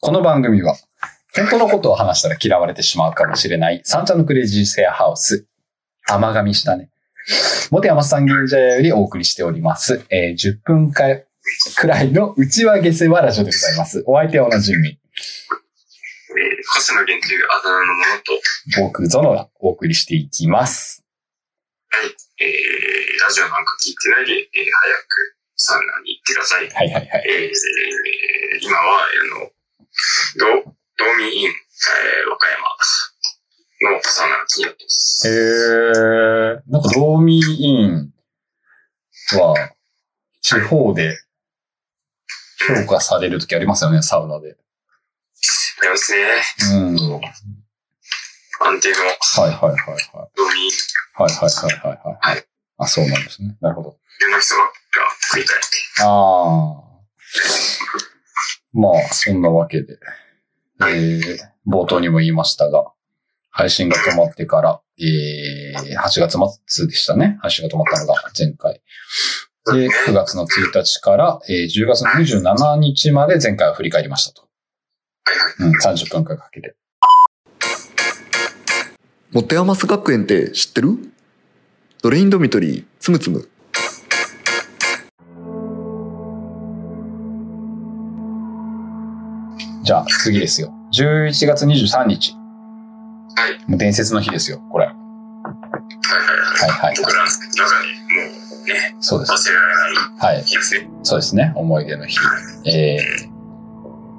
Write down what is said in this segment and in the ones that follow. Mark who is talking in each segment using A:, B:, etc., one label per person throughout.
A: この番組は、本当のことを話したら嫌われてしまうかもしれない、三茶のクレイジーセアハウス、甘噛みしたね。モテ山三軒茶屋よりお送りしております。えー10分間くらいの内輪下世話ラジオでございます。お相手は同じみ、
B: えー、星野源というあだ名のものと、
A: 僕、ゾノがお送りしていきます。
B: えー、ラジオなんか聞いてないで、えー早くサウナに行ってください。
A: はいはいはい。
B: えー、今は、あの、ど、道民院、えー、和歌山のサウナの企業です。
A: へー、なんか、道民院は、地方で評価されるときありますよね、サウナで。
B: ありますね。
A: うん。はい
B: 安定の
A: はいはいはい。
B: 道民院、
A: はいはいはいはいはい。
B: はい
A: あ、そうなんですね。なるほど。
B: 世の人が繰り返って。
A: ああ。まあ、そんなわけで。えー、冒頭にも言いましたが、配信が止まってから、えー、8月末でしたね。配信が止まったのが前回。で、9月の1日から、えー、10月の27日まで前回を振り返りましたと。うん、30分間かけて。
C: モテアマス学園って知ってるドレインドミトリーつむつむ
A: じゃあ、次ですよ。11月23日。
B: はい。
A: もう伝説の日ですよ、これ。はい
B: はいはいはい。
A: はい
B: 僕
A: は
B: らの中でもうね
A: い。、そうです。
B: 忘れられな
A: はい
B: い。日ですね。
A: そうですね。思い出の日。えー、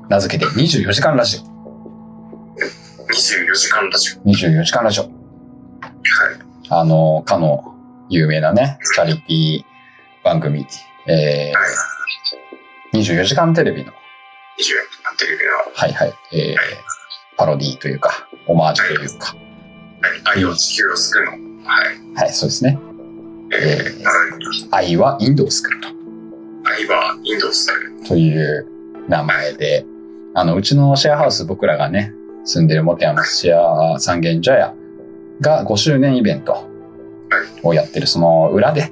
A: 名付けて24時間ラジ
B: 24時間ラジオ。
A: オ。24時間ラジオ。
B: はい。
A: あの、かの有名なね、チャリティー番組。え
B: はい。
A: ー、24時間テレビの、
B: 24時間テレビの、は
A: はいはい、えー、パロディーというか、オマージュというか。
B: い、愛を地球を救うの。はい。
A: はい、そうですね。
B: え
A: え
B: ー、
A: ー、愛はインドを救うと。
B: アイバー、インドスタイル。
A: という名前で、あの、うちのシェアハウス、僕らがね、住んでるモテヤマシェア三軒茶屋が5周年イベントをやってる、その裏で、
B: で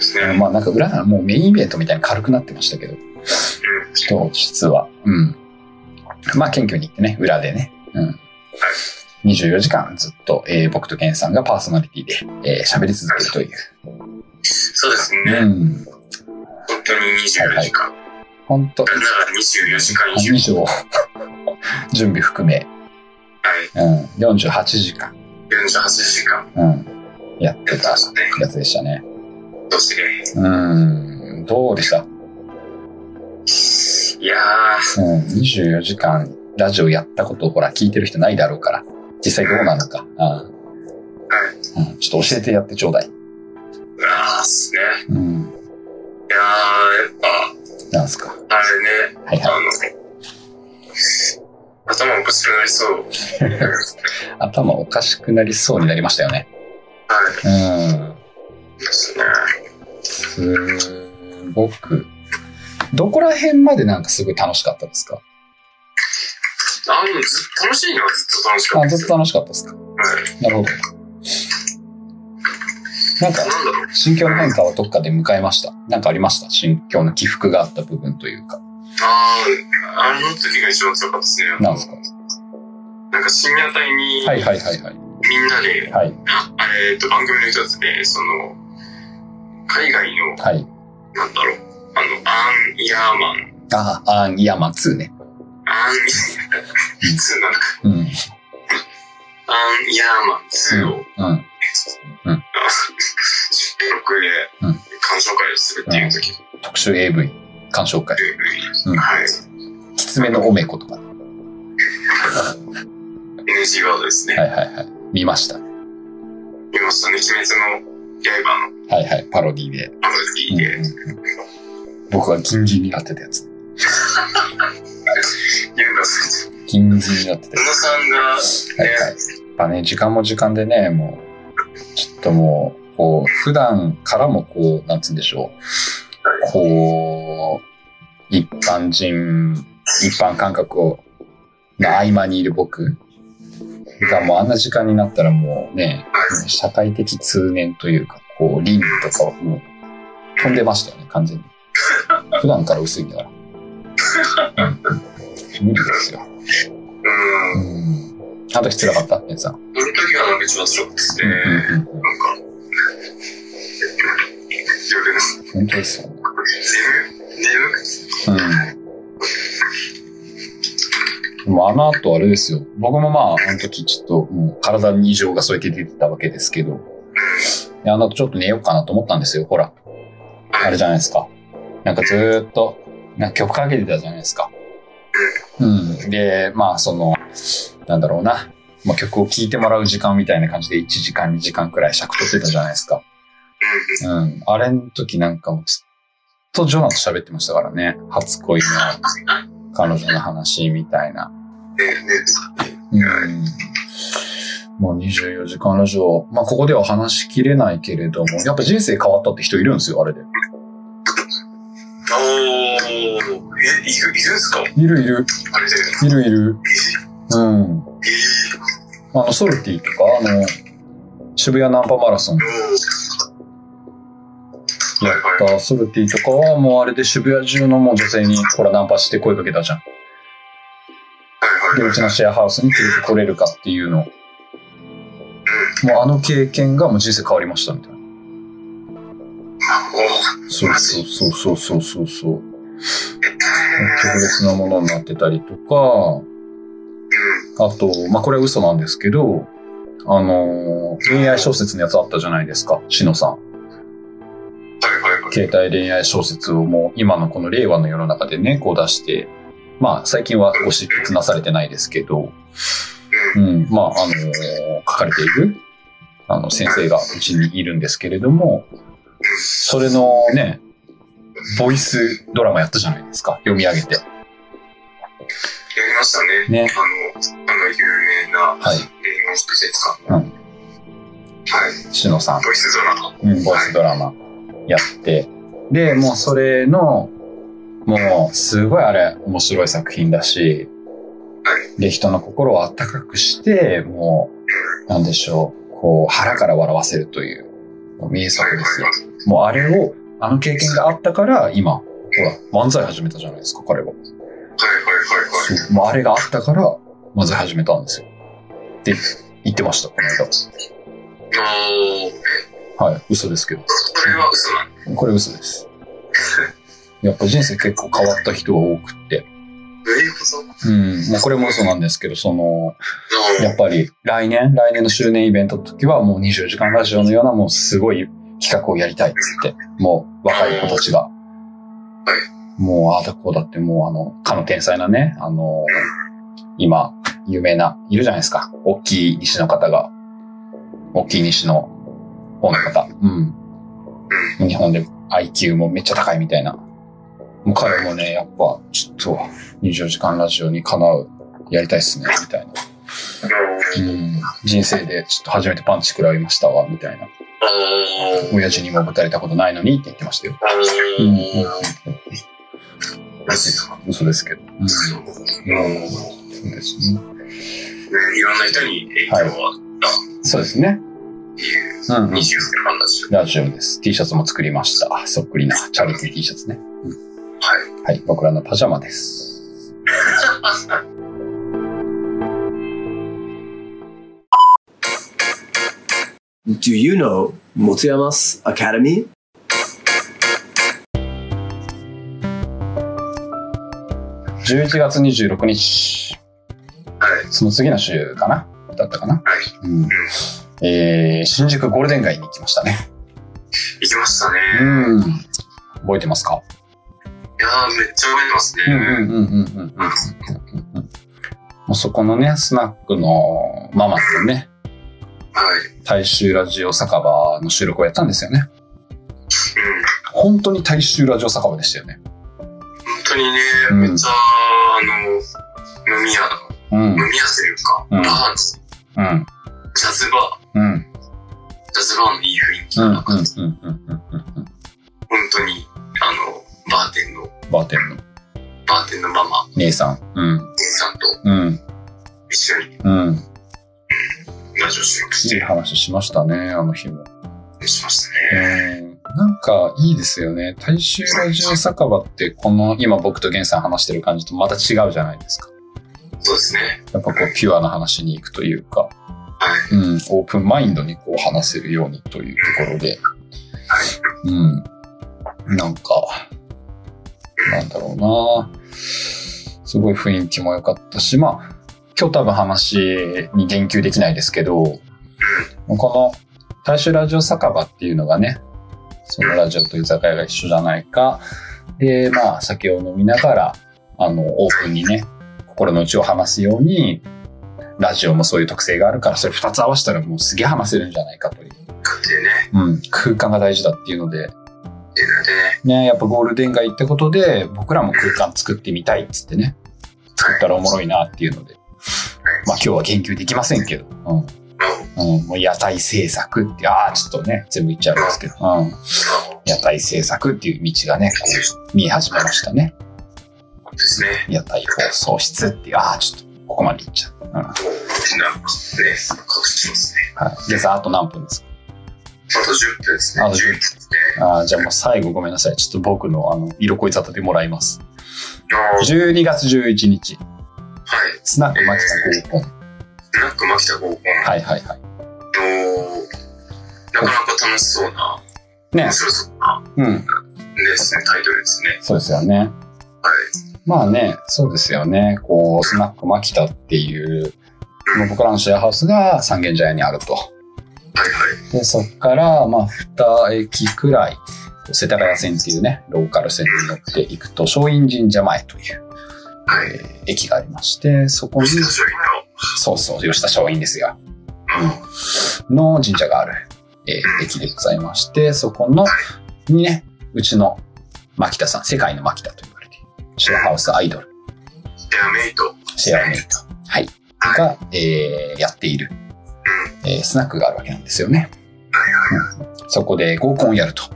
B: すね。
A: まあなんか裏ならもうメインイベントみたいに軽くなってましたけど、
B: う
A: 当日は。うん。まあ謙虚に言ってね、裏でね。うん。24時間ずっと、えー僕とケンさんがパーソナリティでえー喋、り続けるという。
B: んそうですね。
A: うん。
B: 本当に24時間。
A: 本当
B: なんなら24時間以上。
A: 以上、 準備含め、
B: はい。
A: うん、48時間。
B: 48時間。
A: うん。やっ
B: や
A: て
B: ったましたね。
A: やつでしたね。
B: どうして
A: うーん。どうでした
B: いや
A: うん。24時間ラジオやったことをほら聞いてる人ないだろうから、実際どうなのか。うん。うん、ちょっと教えてやってちょうだい。
B: ー、あーっすね。
A: うん。
B: いやー、やっ
A: なんすか。
B: ぱ、あれね、
A: はい
B: あ
A: はい。
B: の、頭おかしくなり そう。はい。
A: 頭おかしくなりそうになりましたよね。うん。
B: ですね。
A: すごく。どこら辺までなんかすごい楽しかったですか
B: あの、ず楽しいのはずっと楽しかっ
A: あ、
B: た
A: ず
B: で
A: っ
B: す
A: と
B: よ。
A: 楽しかったですか
B: はい。
A: なるほど。なんか、
B: なんだろう。
A: 心境の変化はどっかで迎えました。なんかありました心境の起伏があった部分というか。
B: あー、あの時が一番強かったですね。
A: なんですか
B: なんか深夜帯に、
A: はいはいはいはい。
B: みんなで、
A: はい。
B: あえっと、番組の一つで、その、海外の、
A: はい。
B: なんだろう、あの、アン・イヤーマン、
A: あ、あ、いや、まあ、2ね。
B: アン・2なのか、
A: うん。うん。
B: アン・イヤーマン2を、
A: うん。
B: 収録で
A: うん、
B: 鑑賞会をするっていう時、
A: 特集 AV、鑑賞会。うん
B: はい。
A: きつめのおめことか。
B: NG ワードですね。
A: はいはいはい。見ました。は
B: 見ましたね、鬼滅の刃の
A: いはい。パロディで。
B: パロディで、
A: 僕は銀銀になってたやつ。
B: ユンダさん、
A: 銀銀になってた
B: 野
A: や
B: 田さんが、
A: つ。はいはい。やっぱね、時間も時間でね、もう、ちょっともう、こう、普段からもこう、なんつうんでしょう。こう、一般人、一般感覚を、の合間にいる僕がもうあんな時間になったらもうね、社会的通念というか、こう、倫理とかをもう飛んでましたよね、完全に。普段から薄いんだから。うん無理ですよ。
B: う。
A: うんん。あの時辛かったペンさん。
B: その時がなんか一番辛くてですね、なんか、
A: うんうんうん
B: 夜です。
A: 本当ですよ。
B: 眠、眠くて。
A: でもあの後あれですよ。僕もまあ、あの時ちょっともう体に異常が添えて出てたわけですけど、であの後ちょっと寝ようかなと思ったんですよ。ほら。あれじゃないですか。なんかずーっと、なんか曲かけてたじゃないですか。うん。で、まあその、なんだろうな。まあ、曲を聴いてもらう時間みたいな感じで1時間2時間くらい尺取ってたじゃないですか。うん。あれの時なんかもずっとジョナと喋ってましたからね。初恋の彼女の話みたいな。
B: うん。ね、ね、
A: うん。もう24時間ラジオ。まあ、ここでは話しきれないけれども、やっぱ人生変わったって人いるんですよ、あれで。
B: おー、え、いく、いくんですか
A: いるいる、
B: あれで。
A: いるいる。うん。あの、ソルティとか、あの、渋谷ナンパマラソン
B: おー、
A: やったソルティとかは、もうあれで渋谷中のもう女性に、ほら、ナンパして声かけたじゃん。
B: はい
A: で、
B: は
A: う
B: い。
A: ちのシェアハウスに連れてこれるかっていうの。もうあの経験がもう人生変わりましたみたいな。
B: おー、
A: そうそうそうそうそうそうそう。特別なものになってたりとか、
B: うん。
A: あと、まあ、これは嘘なんですけど、あのー、恋愛小説のやつあったじゃないですか、しのさん。
B: はいはいはい。
A: 携帯恋愛小説をもう今のこの令和の世の中でね、こう出して、まあ最近はご執筆なされてないですけど、うん、まああのー書かれている、あの先生がうちにいるんですけれども、それのね、ボイスドラマやったじゃないですか、読み上げて。
B: やりましたね。
A: ね
B: あの、あの、有名な、
A: はい。
B: 恋愛小説家。
A: うん
B: はい。
A: しのさん、
B: ボイスドラマ。
A: うん、ボイスドラマやって、で、もうそれの、もうすごいあれ面白い作品だし、で、人の心を温かくして、もう、なんでしょう、こう、腹から笑わせるという、名作ですよ。もうあれを、あの経験があったから、今、ほら、漫才始めたじゃないですか、彼は。
B: はいはいはいはい。
A: そうもうあれがあったから、漫才始めたんですよ。って言ってました、この間。
B: おー、
A: はい、嘘ですけど。
B: これは嘘なの。
A: これ嘘です。やっぱ人生結構変わった人が多くって。
B: どういうことな
A: うん。まあこれも嘘なんですけど、その、
B: あ
A: やっぱり来年、来年の周年イベントの時はもう24時間ラジオのようなもうすごい企画をやりたいっつって、もう若い子たちが。もうああだこうだってもうあの、かの天才なね、あの、今、有名な、いるじゃないですか。大きい西の方が。大きい西の方の方。うん。日本で IQ もめっちゃ高いみたいな。もう彼もね、やっぱ、ちょっと、24時間ラジオにかなう、やりたいっすね、みたいな。うん。人生で、ちょっと初めてパンチ食らいましたわ、みたいな。
B: おー、
A: 親父にもぶたれたことないのにって言ってましたよ。
B: お
A: うん
B: ー、マジですか。
A: 嘘ですけど。うん。そ
B: そうね
A: うですね。
B: いろんな人に影響はっ
A: そうですね。
B: ていう、
A: うんうん
B: 20年間だし。
A: ラジオです。T シャツも作りました。そっくりな、チャリティー T シャツね。
B: はい。
A: はい、僕らのパジャマです。
D: Do you know Motsuyama's Academy?
A: 11月26日、
B: はい。
A: その次の週かなだったかな
B: はい。
A: うん。えー、新宿ゴールデン街に行きましたね。
B: 行きましたね。
A: うん。覚えてますか
B: いやー、めっちゃ覚えてますね。
A: うんうんうんうんうんうんうん。もうそこのね、スナックのママとね、
B: はい。
A: 大衆ラジオ酒場の収録をやったんですよね。
B: うん。
A: 本当に大衆ラジオ酒場でしたよね。
B: 本当にね、
A: うん
B: めっちゃ、あの、飲み屋、
A: うん。
B: 飲み屋というか、
A: うん
B: バーです。
A: うん。
B: ジャズバ
A: うん。
B: ー、ジャズバーのいい雰囲気
A: うんうん
B: が、本
A: うんうんうんうんうん。
B: 当に、あの、バーテンの、
A: バーテンの
B: バーテンのママ、
A: 姉さん。うん。
B: 店さんと
A: うん。
B: 一緒に
A: うん。
B: ラジオ収録し
A: いい
B: て、
A: 話しましたね、あの日も。
B: しました
A: う
B: ね。
A: ん。なんかいいですよね。大衆ラジオ酒場って、この今僕とゲンさん話してる感じとまた違うじゃないですか。
B: そうですね。
A: やっぱこう、ピュアな話に行くというか、
B: はい。
A: うん、オープンマインドにこう話せるようにというところで、うん、なんか、なんだろうなすごい雰囲気も良かったし、まあ、今日多分話に言及できないですけど、この大衆ラジオ酒場っていうのがね、そのラジオと居酒屋が一緒じゃないか、で、まあ、酒を飲みながら、あの、オープンにね、心の内を話すように、ラジオもそういう特性があるから、それ二つ合わせたらもうすげえ話せるんじゃないかという。
B: かっていうね、
A: うん、空間が大事だっていうので、
B: っていうのでね。
A: ね、やっぱゴールデン街ってことで、僕らも空間作ってみたいっつってね、作ったらおもろいなっていうので、まあ今日は言及できませんけど、うん。うん、もう屋台制作って、ああ、ちょっとね、全部言っちゃいますけど、うん。屋台制作っていう道がね、こう見え始めましたね。
B: そうですね。
A: 屋台放送室っていう、ああ、ちょっと、ここまで行っちゃった。うん。
B: なんかね、顔してますね。
A: はい。でさ、あと何分ですか
B: あと10分ですね。
A: あ
B: 11
A: と10
B: 分ですね。
A: あーじゃあもう最後ごめんなさい。ちょっと僕のあの、色恋沙汰でもらいます。
B: あー
A: 12月11日、
B: はい。
A: スナックマキタ合コン。
B: スナックマキタ合コン
A: はいはいはい。
B: の、なかなか楽しそうな、
A: ね
B: 面、白そうな
A: うん、
B: ですね、タイトルですね。
A: そうですよね。
B: はい。
A: まあね、そうですよね。こう、スナックマキタっていう、この僕らのシェアハウスが三軒茶屋にあると。
B: はいはい。
A: で、そっから、まあ、二駅くらい、世田谷線っていうね、ローカル線に乗っていくと、松陰神社前という、
B: は
A: えー
B: い。
A: 駅がありまして、そこに、
B: 吉田松陰
A: そうそう、吉田松陰ですよ。
B: の、うん
A: の神社がある、えー駅でございまして、そこの、にね、うちの牧田さん、世界の牧田と言われている、シェアハウスアイドル、
B: ペアメイト。
A: シェアメイト、はい、
B: はい。はい
A: が、えーやっている、えースナックがあるわけなんですよね。うんそこで合コンをやると。
B: と、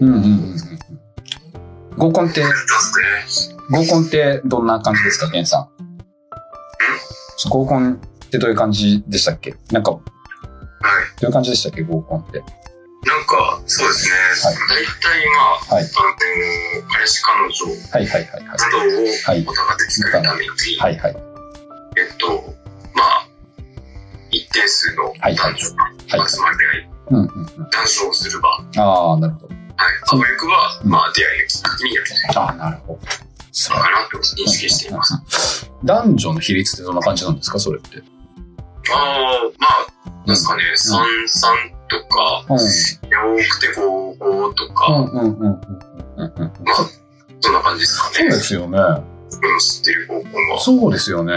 A: うんうんうんうんうん合コンって、
B: そうですね。
A: 合コンってどんな感じですか、ゲンさん。合コンってどういう感じでしたっけなんか、ど
B: はい。
A: ういう感じでしたっけ、合コンって。
B: なんか、そうですね。
A: は
B: 大体まあ、
A: はい
B: あの、彼氏彼女
A: はいはいはいはい。は
B: ないどをお互いで作るために、
A: はいはい。
B: えっと、まあ、一定数の
A: はい
B: 男女が
A: はい。
B: 集まり合い、
A: うんうんうん。
B: 談笑をする場、はい、
A: ああ、なるほど。
B: あわよくば、
A: うん
B: まあ、出会いのきっかけにやる
A: ああ、なるほど。そ
B: のかなと認識しています。
A: 男女の比率ってどんな感じなんですか、それって。
B: ああ、まあ、なんですかね、三、三とか、
A: うん
B: 多くて五、五とか、
A: うんうんうんうんうんうん。
B: まあ、そんな感じですか
A: そう
B: ね
A: で。すよね。
B: 僕の知ってる方法は。
A: そうですよね。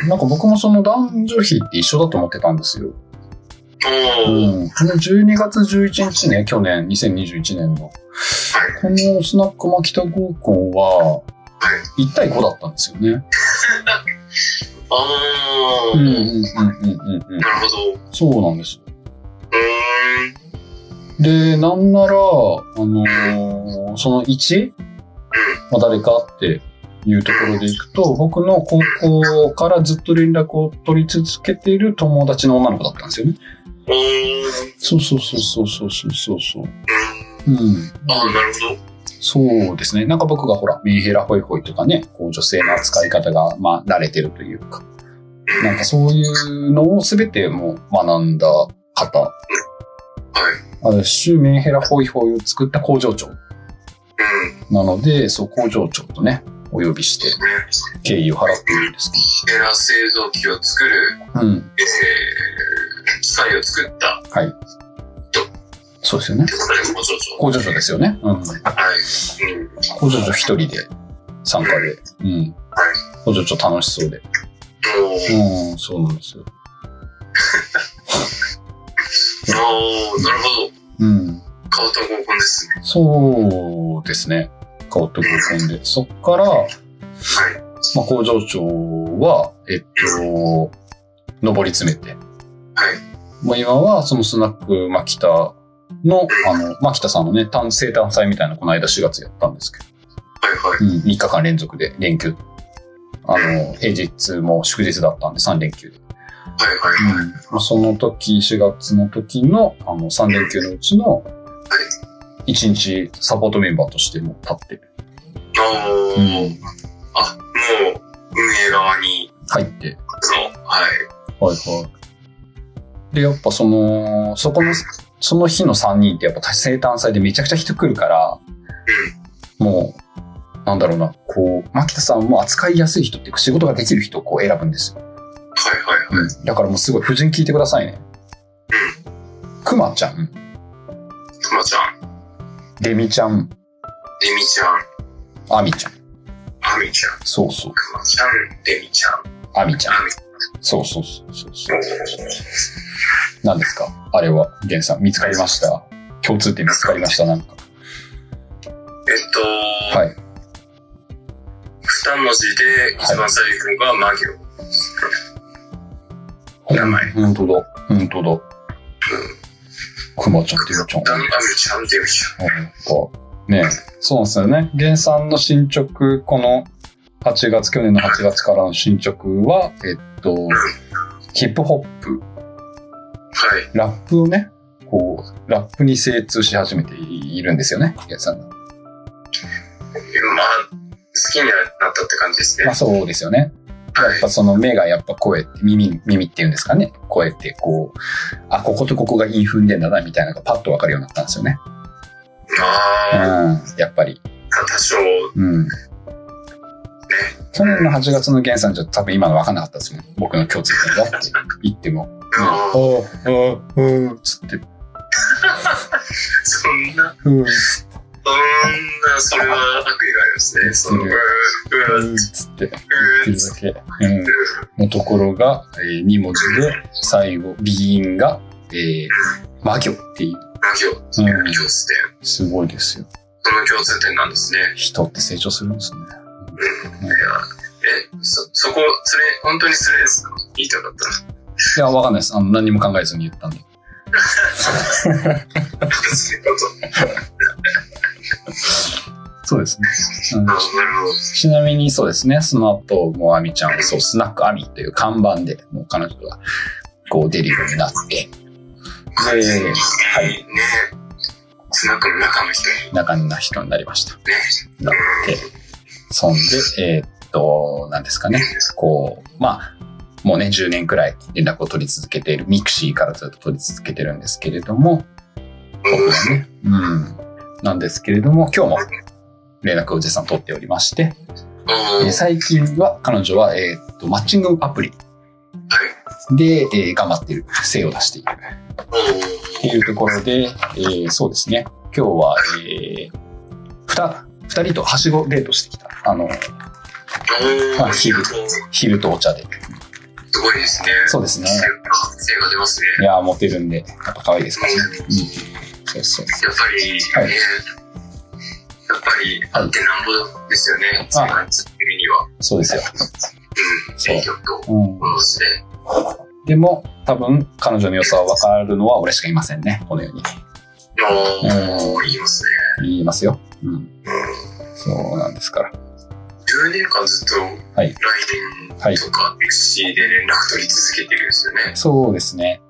B: うん。
A: なんか僕もその男女比って一緒だと思ってたんですよ。う
B: おー、
A: ん。この12月11日ね、去年、2021年の。このスナックマキタ合コンは、1対5だったんですよね。
B: あー、
A: うんうんうんうんうんうん。
B: なるほど。う
A: そうなんです。
B: ーん。
A: で、なんなら、あのーその 1? まあ、誰かっていうところでいくと、僕の高校からずっと連絡を取り続けている友達の女の子だったんですよね。
B: おー、
A: そうそうそうそうそうそうそうそう。
B: うん。
A: うん。
B: あー、なるほど。
A: そうですね。なんか僕がほら、メンヘラホイホイとかね、こう女性の扱い方が、まあ、慣れてるというか、なんかそういうのを全てもう学んだ方。ある種、メンヘラホイホイを作った工場長。
B: うん。ね。
A: なので、そう、工場長とね、お呼びして、敬意を払っているんですけ
B: ヘラ製造機を作る、
A: ど。うん。
B: えー、機械を作ったっ
A: はい。そうですよね
B: て。ことで、工場長。
A: 工場長ですよね。うん。
B: はい。うん。
A: 工場長一人で、参加で。うん。工場長楽しそうで。
B: おー、
A: うん、そうなんですよ。
B: あー、なるほど。
A: うん。
B: 顔と合コンですね。
A: そうですね。顔と合コンで。そっから、まあ、工場長は、えっと、上り詰めて。もう今は、そのスナック、マキタの、あの、マキタさんのね、単生誕祭みたいな、この間4月やったんですけど、
B: はいはい。
A: うん、3日間連続で連休。あの、平日も祝日だったんで、3連休で。
B: はいはいはい。
A: まあその時、4月の時の、あの、3連休のうちの、一日サポートメンバーとしても立ってる。
B: おー、
A: うん
B: あ、もう、運営側に、
A: 入って。
B: その、はい。
A: はいはい。で、やっぱその、そこの、その日の3人ってやっぱ生誕祭でめちゃくちゃ人来るから、もう、なんだろうな、こう、牧田さんも扱いやすい人っていうか仕事ができる人をこう選ぶんですよ。
B: はいはいはい。
A: だからもうすごい、夫人聞いてくださいね。くまちゃん、
B: くまちゃん、
A: デミちゃん、
B: デミちゃん、
A: アミちゃん。
B: アミちゃん、
A: そうそう、
B: くまちゃん、デミちゃん、
A: アミちゃん。
B: アミち
A: そうそうそうそうそ
B: ゃん
A: う。。何ですかあれは、ゲンさん、見つかりました共通点見つかりましたなんか。
B: えっと、
A: はい。
B: 二文字で一番最後が魔行。名前
A: ほんとだ。ほんとだ。くまちゃん、ていうちゃん。
B: ダンアミちゃん、デミち
A: なんか、ねそうなんですよね。原産の進捗、この8月、去年の8月からの進捗は、えっと、ヒップホップ、
B: ゃん。はい。
A: ラップをね、こう、ラップに精通し始めているんですよね、原産が。
B: まあ、好きになったって感じですね。
A: ま
B: は
A: あそうですよね。やっ
B: い。
A: ぱその目がやっぱ声って、耳、耳っていうんですかね。声ってこう、あ、こことここがイン踏んでんだな、みたいなのがパッとわかるようになったんですよね。うん
B: ああ、、
A: やっぱり。
B: 多少、
A: うん。去年の8月の源さんじゃ多分今の分かんなかったですもん。僕の共通点がって言っても。
B: あー
A: ああ、うん、つって。
B: そんな、
A: うん、
B: そんな、それは悪意がありますね。その、うー、うー、うー、
A: つって。
B: う
A: 言
B: ー、
A: ってるだけ。うん。のところが、え2文字で、最後、ビギンが、えー、魔行っていう。
B: 魔行っていう共通点。
A: すごいですよ。
B: その共通点なんですね。
A: 人って成長するんですね。
B: え、そ、そこ、それ、本当にそれですか言いたかったら。
A: いや、わかんないです。あの、何にも考えずに言ったんで。
B: そういうこと。
A: そうですね。うん
B: あなるほど。
A: ちなみにそうですね、その後、もうアミちゃんはそう、スナックアミという看板で、もう彼女が、こう出るようになって、
B: 完全に、
A: は
B: はいい、ね。スナックの中の人にね。
A: 中な人になりました。
B: うん。
A: そんで、えーっと、なんですかね、こう、まあ、もうね、10年くらい連絡を取り続けている、ミクシーからずっと取り続けてるんですけれども、僕
B: うん
A: はね、うん、なんですけれども、今日も連絡を絶賛取っておりまして、えー最近は彼女は、えーっと、マッチングアプリ
B: はい。
A: で、えー頑張っている、精を出している。っていうところで、えーそうですね。今日は、えー、ふた、二人とはしごデートしてきた。あの、
B: お
A: まあ
B: お、
A: 昼昼とお茶で。
B: すごいですね。
A: そうですね。
B: 精が出ますね。
A: いやー、モテるんで、やっぱ可愛いですからね。
B: うん
A: うん。そうそうそ
B: やっぱり、ね
A: はい
B: やっぱり、あってなんぼですよね。精がつくには。
A: う。そうですよ。
B: うん。
A: そう
B: 影響と、
A: うん。
B: このして。
A: でも、多分、彼女の良さは分かるのは俺しかいませんね。このように。
B: おー、言いますね。
A: 言いますよ。うん。
B: うん。
A: そうなんですから。
B: 10年間ずっと
A: はい
B: 来年とか XC で連絡取り続けてるんですよね。
A: そうですね。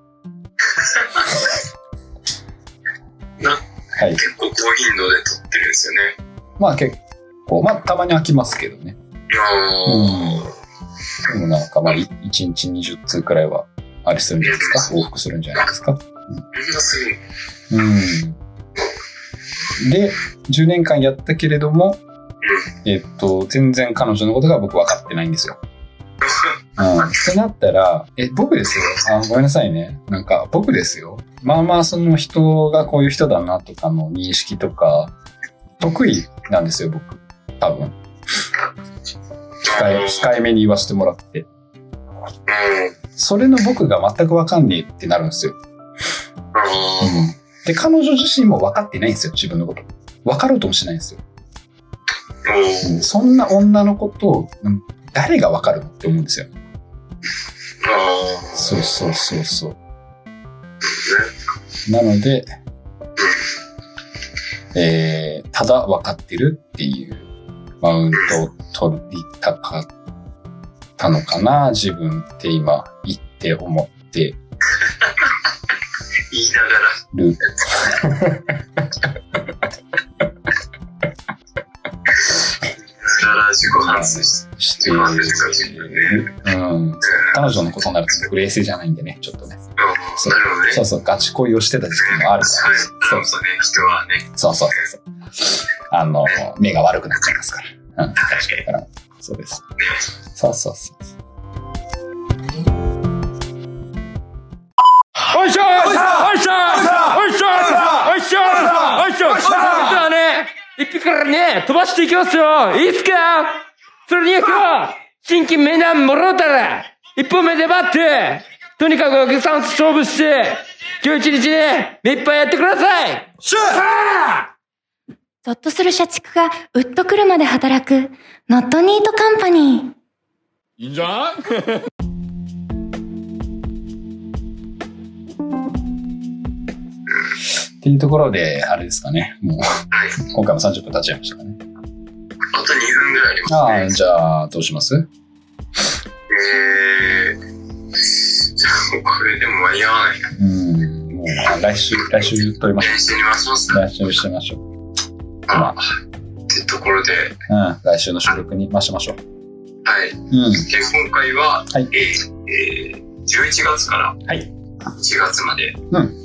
B: な
A: はい。
B: 結構高頻度で取ってるんですよね。
A: まあ結構、まあたまに飽きますけどね。
B: いやー
A: でもなんかまあ、い一日20通くらいは、あれするんじゃないですか往復するんじゃないですか
B: みんなすぐに
A: うん。で、10年間やったけれども、えっと、全然彼女のことが僕分かってないんですよ。うん。ってなったら、え、僕ですよ。あごめんなさいね。なんか、僕ですよ。まあまあ、その人がこういう人だなとかの認識とか、得意なんですよ、僕。多分。控え、控えめに言わせてもらって。
B: うん
A: それの僕が全く分かんねえってなるんですよ。
B: あー
A: で、彼女自身も分かってないんですよ、自分のこと。分かろうともしないんですよ。
B: おー
A: そんな女のことを、うん誰が分かるのって思うんですよ。
B: あー
A: そうそうそうそう。なので、えー、ただ分かってるっていうマウントを取りたかったのかな、自分って今言って思って。
B: い言いながら、
A: る。
B: 言いながら自己反省して、
A: して、うん。彼女のことになると僕冷静じゃないんでね、ちょっとね。
B: うんなるほどね。
A: そうそう、ガチ恋をしてた時期もある
B: そ
A: か
B: う
A: ら。
B: やったらこそね、人はね、
A: そうそうそうそう。あの、目が悪くなっちゃいますから。うん、ガチ恋から。そうです。そうそうそう。
E: 一匹からね、飛ばしていきますよいいっすかそれに行く新規メナンもろうたら一本目でバってとにかくお客さんと勝負して今日一日ね、目いっぱいやってください
F: ゾッとする社畜がウッとくるまで働く、ノットニートカンパニー。
A: っていうところで、あれですかね。もう、
B: はい。
A: 今回も30分経っちゃいましたかね。
B: あと2分ぐらいありますね。
A: ああ、じゃあ、どうします
B: えー、じゃあもうこれでも間に合わないな。
A: うん、もう、来週、来週取りましょ
B: 練習に回します
A: う。
B: か。
A: 来週しましょう。
B: あ、ってところで、
A: うん、来週の収録に回しましょう。
B: はい。
A: うん。
B: で、今回は、
A: はい
B: えーえー、11月から
A: はい
B: 1月まで、
A: ん
B: はい、
A: う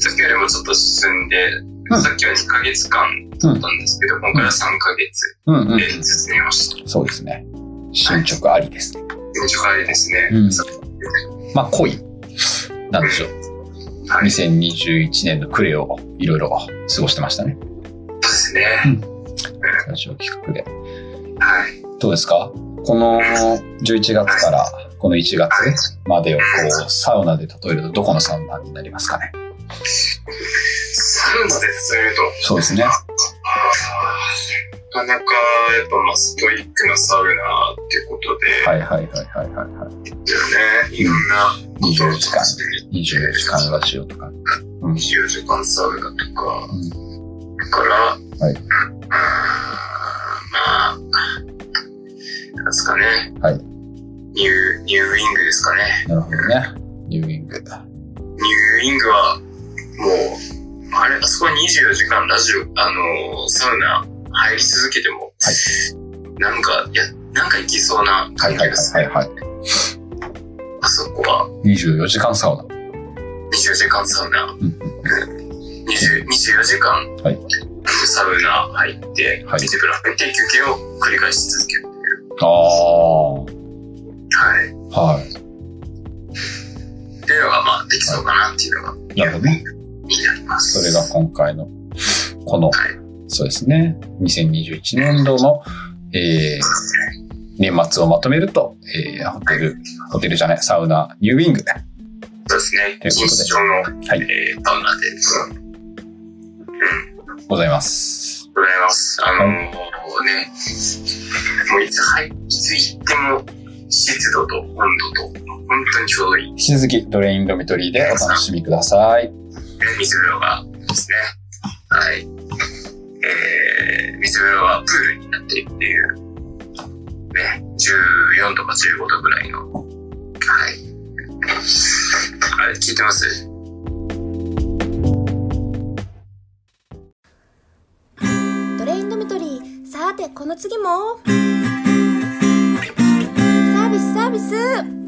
B: さっきよりもちょっと進んで、
A: ん
B: さっきは2ヶ月間だったんですけど、今回は3ヶ月
A: うんう
B: で
A: ん。
B: 進みました。
A: そうですね。進捗ありですね。
B: 順調早いですね。
A: うん
B: さ
A: まあ、濃い。なんでしょう。
B: はい、そ
A: 2021年の暮れをいろいろ過ごしてましたね。
B: うですね。
A: ラジオ企画で。
B: はい。
A: どうですかこの11月からこの1月までをこう、サウナで例えるとどこのサウナになりますかね
B: サウナで進めると、
A: そうですね。
B: あーなかなか、やっぱ、まあ、ストイックなサウナっていうことで、
A: はいはいはいはいはい、は
B: だよね。いろんなこと
A: い。
B: を
A: 24時間、
B: してる
A: 24時間ラジオとか。うん。
B: 24時間サウナと
A: う
B: か、から、
A: はい
B: あーまあ、なんですかね。
A: はい
B: ニュー、ニューウィングですかね。
A: ん、なるほどね。ニューイング。
B: ニューウィングは、もう、あれ、あそこ24時間ラジオ、あのーサウナ入り続けても、なんか、いや、なんかいきそうな
A: は
B: 感
A: い
B: じ
A: はい
B: です
A: はい
B: ね。
A: はい。
B: あそこは
A: 24時間サウナ。
B: 24時間サウナ、
A: うん
B: 20 24時間、
A: はい
B: サウナ入って、
A: はい
B: 水風呂入って休憩を繰り返し続ける。
A: ああ。は
B: はい。
A: い。
B: っていうのがまあできそうかなっていうのが
A: なるほどね。
B: 気になります。
A: それが今回の、この
B: はい、
A: そうですね、2021年度の、えー年末をまとめると、えーホテル、ホテルじゃない、サウナ、ニューウィング。
B: そうですね。
A: ということで
B: 錦糸町の、
A: はい
B: えー、サウナで、うん、
A: ございます。
B: ございます。あのー
A: は
B: ね、もういつ入っ、いつ行っても湿度と温度と、本当にちょうどいい。
A: 引き続き、ドレインドミトリーでお楽しみください。
B: で水風呂がですね。はい。えー、水風呂はプールになっているっていう、ね、14とか15度ぐらいの、はい。あれ、聞いてます
G: ドレインドミトリーさてこの次もサービスサービス